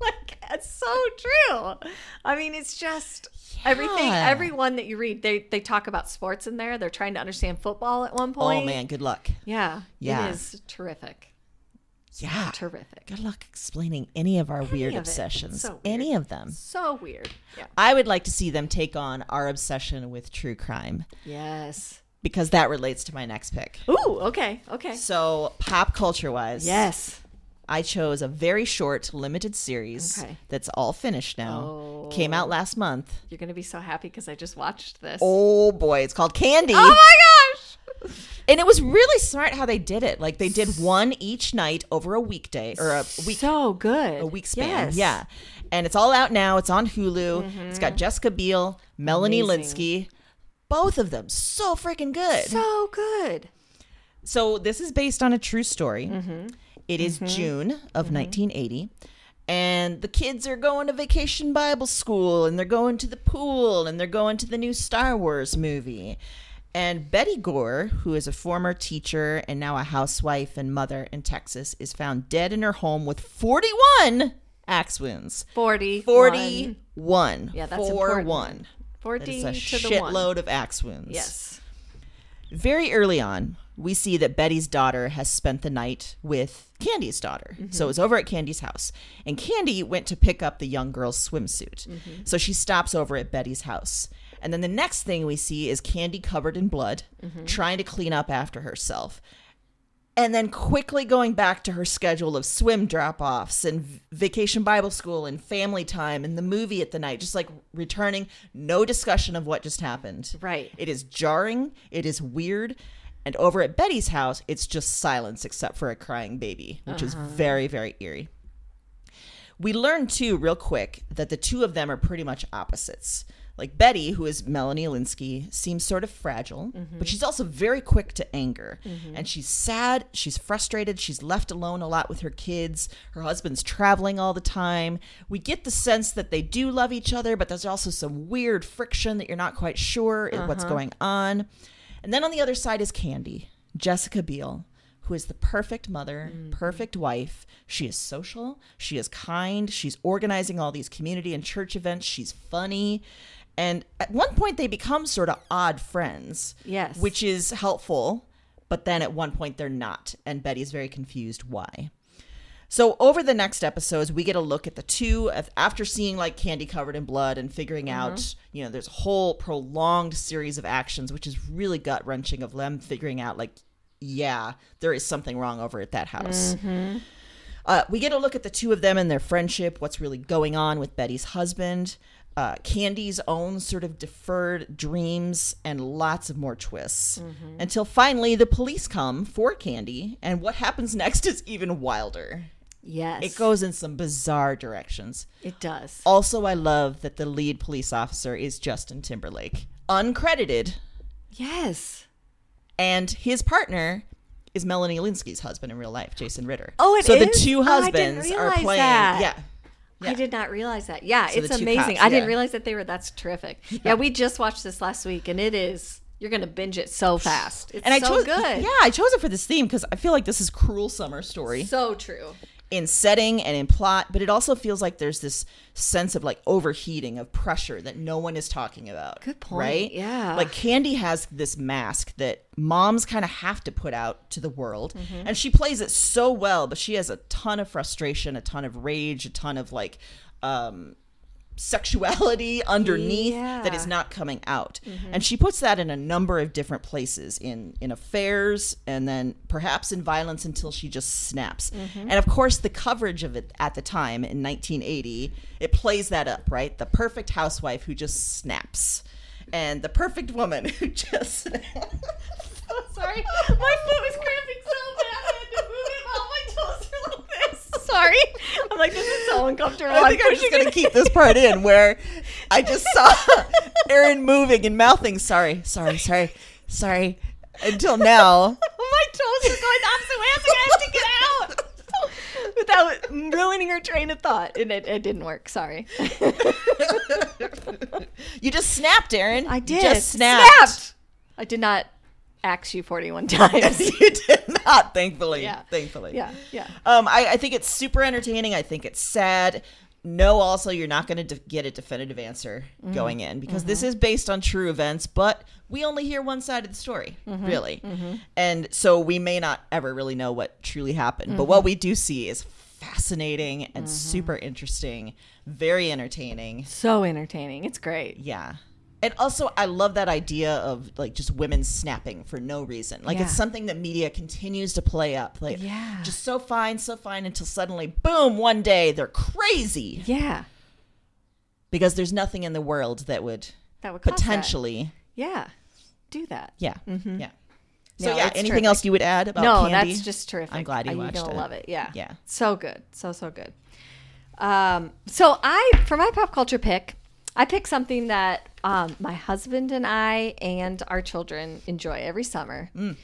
like, it's so true. I mean, it's just everything. Yeah. Everyone that you read, they they talk about sports in there. They're trying to understand football at one point. Oh man, good luck. yeah, Yeah. it is terrific, Yeah. terrific. Good luck explaining any of our weird of it. obsessions. So weird. Any of them. So weird. Yeah. I would like to see them take on our obsession with true crime Yes. because that relates to my next pick. Ooh, okay, okay. So, pop culture wise, Yes. I chose a very short, limited series Okay. Oh. that's all finished now. Came out last month. You're going to be so happy because I just watched this. Oh Oh boy, it's called Candy. my gosh. And it was really smart how they did it. Like they did one each night over a weekday or a week So good. a week span. Yeah. And it's all out now. It's on Hulu. It's Mm-hmm. got Jessica Biel, Melanie Linsky. Both of them so freaking good. So, So good. this is based on a true story. Mm-hmm. It is June of 1980. And the kids are going to vacation Bible school and they're going to the pool and they're going to the new Star Wars movie. And Betty Gore, who is a former teacher and now a housewife and mother in Texas, is found dead in her home with 41 axe wounds. 40. 41. Yeah, that's Four, important. One. 40 That is a to the one. shitload of axe wounds. Yes. Very early on, we see that Betty's daughter has spent the night with Candy's daughter. So it was over at Candy's house. And Candy went to pick up the young girl's swimsuit. So she stops over at Betty's house. And then the next thing we see is Candy covered in blood, trying to clean up after herself. And then quickly going back to her schedule of swim drop offs and v- vacation Bible school and family time and the movie at the night, just like returning, no discussion of what just happened. Right. It is jarring. It is weird. And over at Betty's house, it's just silence except for a crying baby, which is very, very eerie. We learn, too, real quick, that the two of them are pretty much opposites. Like Betty, who is Melanie Linsky, seems sort of fragile, but she's also very quick to anger. And she's sad, she's frustrated, she's left alone a lot with her kids. Her husband's traveling all the time. We get the sense that they do love each other, but there's also some weird friction that you're not quite sure is what's going on. And then on the other side is Candy, Jessica Biel, who is the perfect mother, perfect wife. She is social, she is kind, she's organizing all these community and church events, she's funny. And at one point, they become sort of odd friends. Yes. Which is helpful, but then at one point, they're not. And Betty's very confused why. So over the next episodes, we get a look at the two af- after seeing like candy covered in blood and figuring out, you know, there's a whole prolonged series of actions, which is really gut wrenching of them figuring out like, yeah, there is something wrong over at that house. Uh, we get a look at the two of them and their friendship, what's really going on with Betty's husband, uh, Candy's own sort of deferred dreams, and lots of more twists. Until finally, the police come for Candy, and what happens next is even wilder. Yes. It goes in some bizarre directions. It does. Also, I love that the lead police officer is Justin Timberlake, uncredited, Yes. and his partner is Melanie Linsky's husband in real life, Jason Ritter. Oh, it so is? the two Oh, I didn't husbands are realize playing. that. Yeah. I did not realize that. Yeah, So the it's two amazing. cops, I didn't yeah. realize that they were. That's terrific. Yeah. we just watched this last week, and it is. You're gonna binge it so fast. It's and I so chose good. Yeah, I chose it for this theme because I feel like this is cruel summer story So true. in setting and in plot, but it also feels like there's this sense of like overheating of pressure that no one is talking about. Good point, Right? yeah. Like Candy has this mask that moms kind of have to put out to the world, Mm-hmm. and she plays it so well, but she has a ton of frustration, a ton of rage, a ton of like um sexuality underneath that is Yeah. not coming out and she puts that in a number of different places in in affairs and then perhaps in violence until she just snaps and of course the coverage of it at the time in 1980 it plays that up right the perfect housewife who just snaps and the perfect woman who just so sorry my foot was cramping so bad i had to move it while my toes were like this Sorry. I'm like, this is so uncomfortable. I think I'm just pushing gonna it. keep this part in where I just saw Aaron moving and mouthing, sorry, sorry, sorry, sorry, until now. My toes are going opposite ways. I have to get out without ruining her train of thought. And it, it didn't work. Sorry. You just snapped, Aaron. I You did. just snapped. I did not axe you 41 times. you did not, thankfully. Yeah. Thankfully. yeah, yeah. Um, I, I think it's super entertaining. I think it's sad. No, also, you're not going to de- get a definitive answer going in because this is based on true events, but we only hear one side of the story, really. And so we may not ever really know what truly happened. But what we do see is fascinating and super interesting, very entertaining. So entertaining. It's great. Yeah. And also, I love that idea of like just women snapping for no reason. Like Yeah. it's something that media continues to play up. Like, Yeah. just so fine, so fine until suddenly, boom, one day they're crazy Yeah. because there's nothing in the world that would That would cause that. potentially, Yeah. Do that. yeah, yeah. So Mm-hmm. No, yeah, it's anything terrific. else you would add about no, Candy? that's just terrific. I'm glad you Uh, watched You're gonna it. love it. Yeah. Yeah. So good. So so good. Um, so I for my pop culture pick, I pick something that um, my husband and I and our children enjoy every summer. Mm.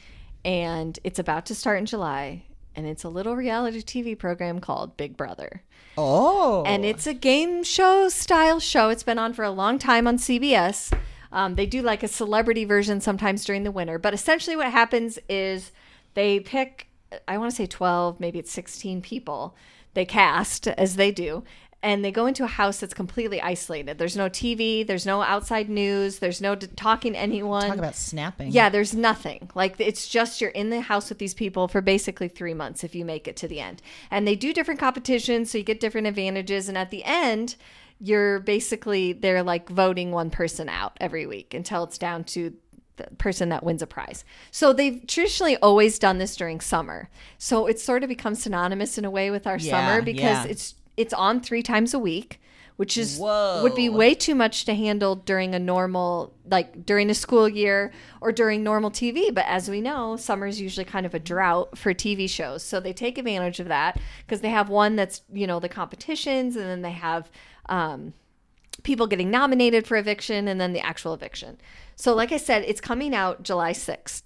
And it's about to start in July. And it's a little reality TV program called Big Brother. Oh, And it's a game show style show. It's been on for a long time on CBS. Um, they do like a celebrity version sometimes during the winter. But essentially, what happens is they pick, I want to say 12, maybe it's 16 people they cast as they do. And they go into a house that's completely isolated. There's no TV, there's no outside news, there's no d- talking to anyone. talk about snapping. Yeah, there's nothing. Like it's just you're in the house with these people for basically three months if you make it to the end. And they do different competitions, so you get different advantages. And at the end, you're basically they're like voting one person out every week until it's down to the person that wins a prize. So they've traditionally always done this during summer. So it's sort of become synonymous in a way with our Yeah, summer because yeah. it's it's on three times a week. Which is Whoa. would be way too much to handle during a normal like during a school year or during normal TV but as we know summer is usually kind of a drought for TV shows so they take advantage of that because they have one that's you know the competitions and then they have um, people getting nominated for eviction and then the actual eviction so like I said it's coming out July 6th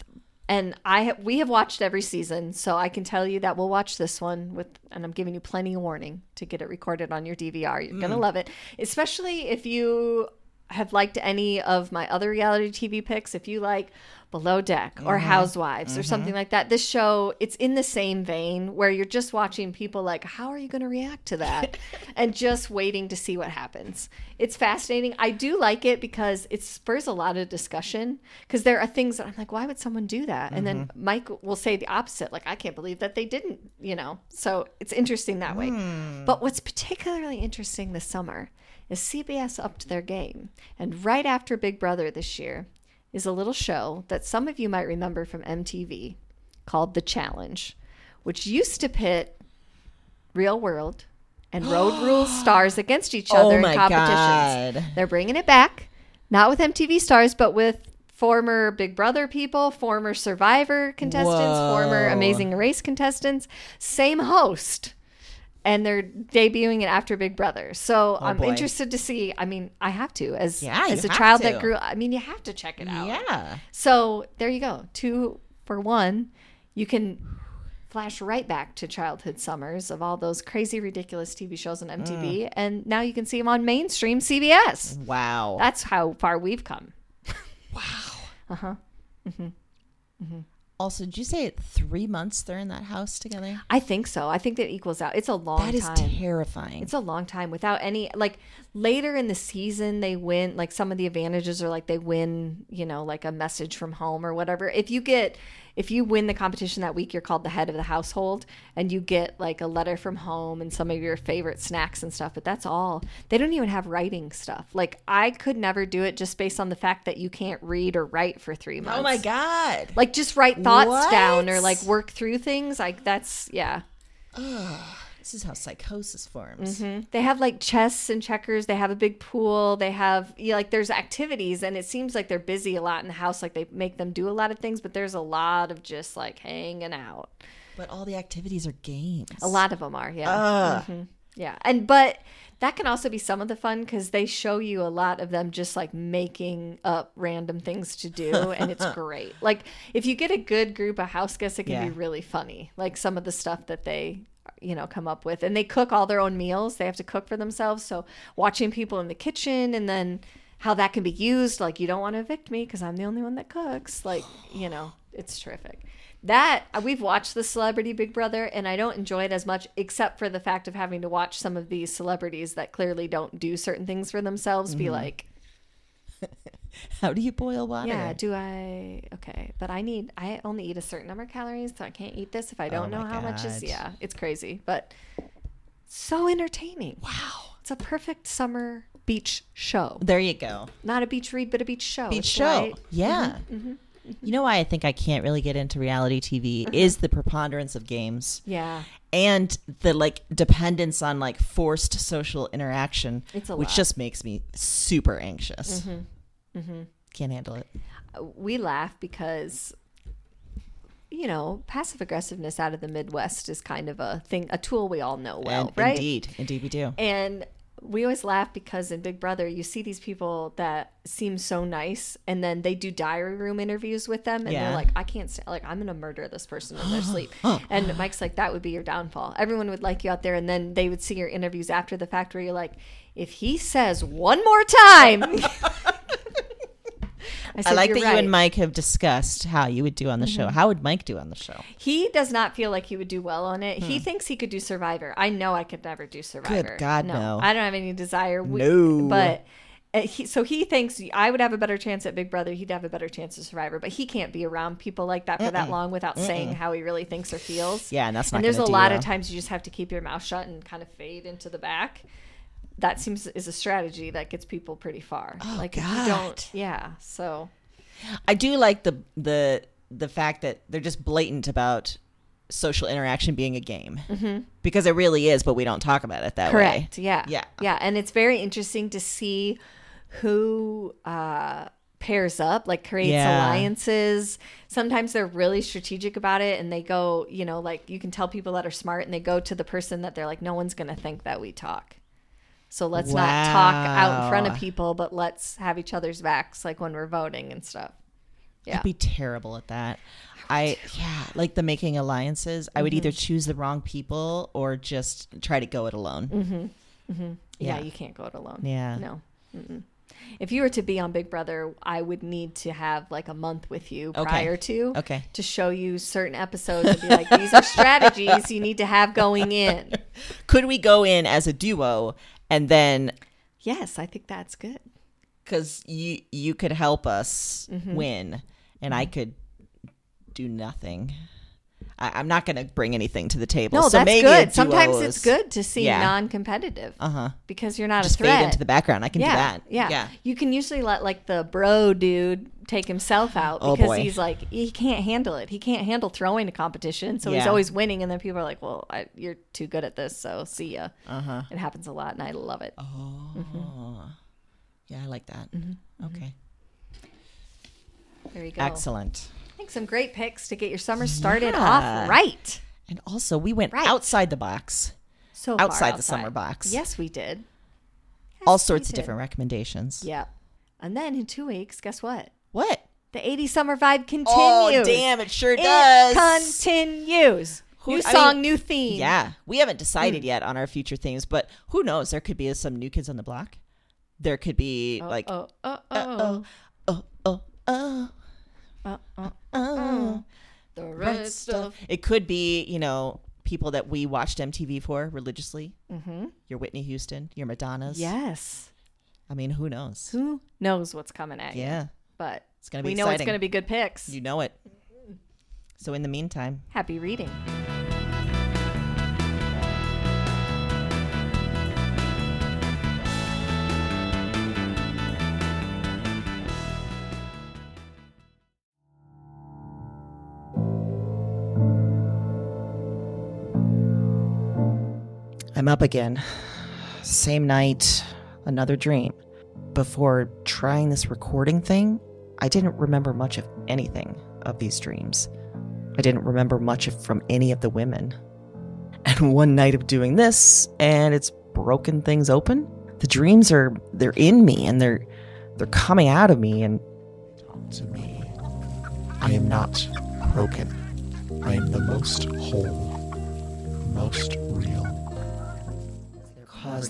and I ha- we have watched every season, so I can tell you that we'll watch this one with, and I'm giving you plenty of warning to get it recorded on your DVR. You're gonna love it, especially if you have liked any of my other reality TV picks. If you like Below Deck or Housewives or something like that, this show it's in the same vein where you're just watching people like, how are you gonna react to that, and just waiting to see what happens. It's fascinating. I do like it because it spurs a lot of discussion because there are things that I'm like, why would someone do that? And then Mike will say the opposite, like, I can't believe that they didn't, you know? So it's interesting that way. But what's particularly interesting this summer is CBS upped their game. And right after Big Brother this year is a little show that some of you might remember from MTV called The Challenge, which used to pit real world and road rules stars against each Oh other in my competitions. God. They're bringing it back, not with MTV stars, but with former Big Brother people, former Survivor contestants, former Whoa. Amazing Race contestants, same host. And they're debuting it after Big Brother. So I'm Oh, boy. interested to see. I mean, I have to as Yeah, as you a have child to. that grew I mean, you have to check it out. yeah. So there you go. Two for one. You can flash right back to childhood summers of all those crazy, ridiculous TV shows on MTV. Mm. And now you can see them on mainstream CBS. Wow. That's how far we've come. also, did you say three months they're in that house together? I think so. I think that equals out. It's a long That is time. terrifying. It's a long time without any like later in the season they win like some of the advantages are like they win, you know, like a message from home or whatever. If you get if you win the competition that week, you're called the head of the household and you get like a letter from home and some of your favorite snacks and stuff, but that's all. They don't even have writing stuff. Like I could never do it just based on the fact that you can't read or write for 3 months. oh my god. Like just write thoughts What? down or like work through things. Like that's yeah. This is how psychosis forms. They have like chess and checkers. They have a big pool. They have yeah, like there's activities, and it seems like they're busy a lot in the house. Like they make them do a lot of things, but there's a lot of just like hanging out. But all the activities are games. A lot of them are, yeah. Mm-hmm. Ugh. Yeah. And but that can also be some of the fun because they show you a lot of them just like making up random things to do and it's great. Like if you get a good group of house guests, it can Yeah. be really funny. Like some of the stuff that they you know come up with and they cook all their own meals they have to cook for themselves so watching people in the kitchen and then how that can be used like you don't want to evict me because i'm the only one that cooks like you know it's terrific that uh, we've watched the celebrity big brother and i don't enjoy it as much except for the fact of having to watch some of these celebrities that clearly don't do certain things for themselves be like How do you boil water? yeah do i okay but i need i only eat a certain number of calories so i can't eat this if i don't Oh know my how much is God. yeah it's crazy but so entertaining wow it's a perfect summer beach show There you go. not a beach read but a beach show Beach It's show. light. Mm-hmm. Yeah. You know why I think I can't really get into reality TV Mm-hmm. is the preponderance of games yeah and the like dependence on like forced social interaction, It's a which lot. Mm-hmm. just makes me super anxious. Can't handle it. we laugh because you know passive aggressiveness out of the midwest is kind of a thing a tool we all know well and right indeed, indeed we do. and we always laugh because in big brother you see these people that seem so nice and then they do diary room interviews with them and Yeah. they're like i can't stand like i'm gonna murder this person in their sleep and mike's like that would be your downfall everyone would like you out there and then they would see your interviews after the fact where you're like if he says one more time I said, like "You're that you right." Mm-hmm. and Mike have discussed how you would do on the show. How would Mike do on the show? He does not feel like he would do well on it. He thinks he could do Survivor. I know I could never do Survivor. Hmm. God, no. I don't have any desire. We, No. But uh, he, so he thinks I would have a better chance at Big Brother. He'd have a better chance at Survivor. But he can't be around people like that for that long without saying how he really thinks or feels. Yeah, and that's not And there's a gonna do lot well. of times you just have to keep your mouth shut and kind of fade into the back. That seems is a strategy that gets people pretty far. like if you Oh, God. don't, yeah. So I do like the the the fact that they're just blatant about social interaction being a game because it really is, but we don't talk about it that way. Mm-hmm. Correct. Yeah. Yeah. Yeah. And it's very interesting to see who uh, pairs up, like creates Yeah. alliances. Sometimes they're really strategic about it and they go, you know, like you can tell people that are smart and they go to the person that they're like, no one's going to think that we talk. So let's not talk out in front of Wow. people, but let's have each other's backs, like when we're voting and stuff. Yeah. I'd be terrible at that. I yeah, like the making alliances. I would Mm-hmm. either choose the wrong people or just try to go it alone. Mm-hmm. Yeah, Yeah. you can't go it alone. Yeah. No. Mm-mm. If you were to be on Big Brother, I would need to have like a month with you Okay. prior to Okay. to show you certain episodes and be like, these are strategies you need to have going in. Could we go in as a duo and then Yes, I think that's good. because you you could help us Mm-hmm. win, and I could do nothing. I, I'm not going to bring anything to the table. No, so that's maybe good. a Sometimes duo it's is- good to see Yeah. non-competitive Uh-huh. because you're not Just a threat. fade into the background. I can yeah, do that. Yeah. yeah. You can usually let like the bro dude take himself out Oh, because boy. he's like he can't handle it. He can't handle throwing a competition, so he's Yeah. always winning. And then people are like, "Well, I, you're too good at this, so see ya." Uh-huh. It happens a lot, and I love Oh, it. Yeah, I like that. Mm-hmm. Okay, there you go. excellent. I think some great picks to get your summer started Yeah. off right. And also, we went Right. outside the box, So far outside the summer box. Yes, we did. all sorts of did. different recommendations. Yep. And then in two weeks, guess what? What? The 80 summer vibe continues. Oh, damn! It sure It does. continues. Who- new I mean- song, new theme. Yeah, we haven't Hmm. decided yet on our future themes, but who knows? There could be some new kids on the block. There could be like oh, oh, oh. oh, oh, oh, oh, Uh, uh, oh. the red stuff. It could be you know people that we watched MTV for religiously. Mm-hmm. Your Whitney Houston, your Madonnas. Yes. I mean, who knows? Who knows what's coming at you? Yeah, But it's gonna be. we know exciting. it's going to be good picks. You know it. So in the meantime, Happy reading. I'm up again. Same night, another dream. Before trying this recording thing, I didn't remember much of anything of these dreams. I didn't remember much of, from any of the women. And one night of doing this, and it's broken things open. The dreams are they're in me and they're they're coming out of me and to me. I am not broken. I am the most whole, most real. cause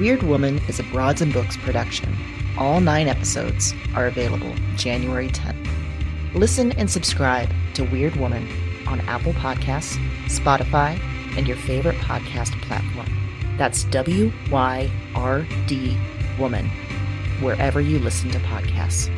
Weird Woman is a Broads and Books production. All nine episodes are available January 10th. Listen and subscribe to Weird Woman on Apple Podcasts, Spotify, and your favorite podcast platform. That's W Y R D Woman, wherever you listen to podcasts.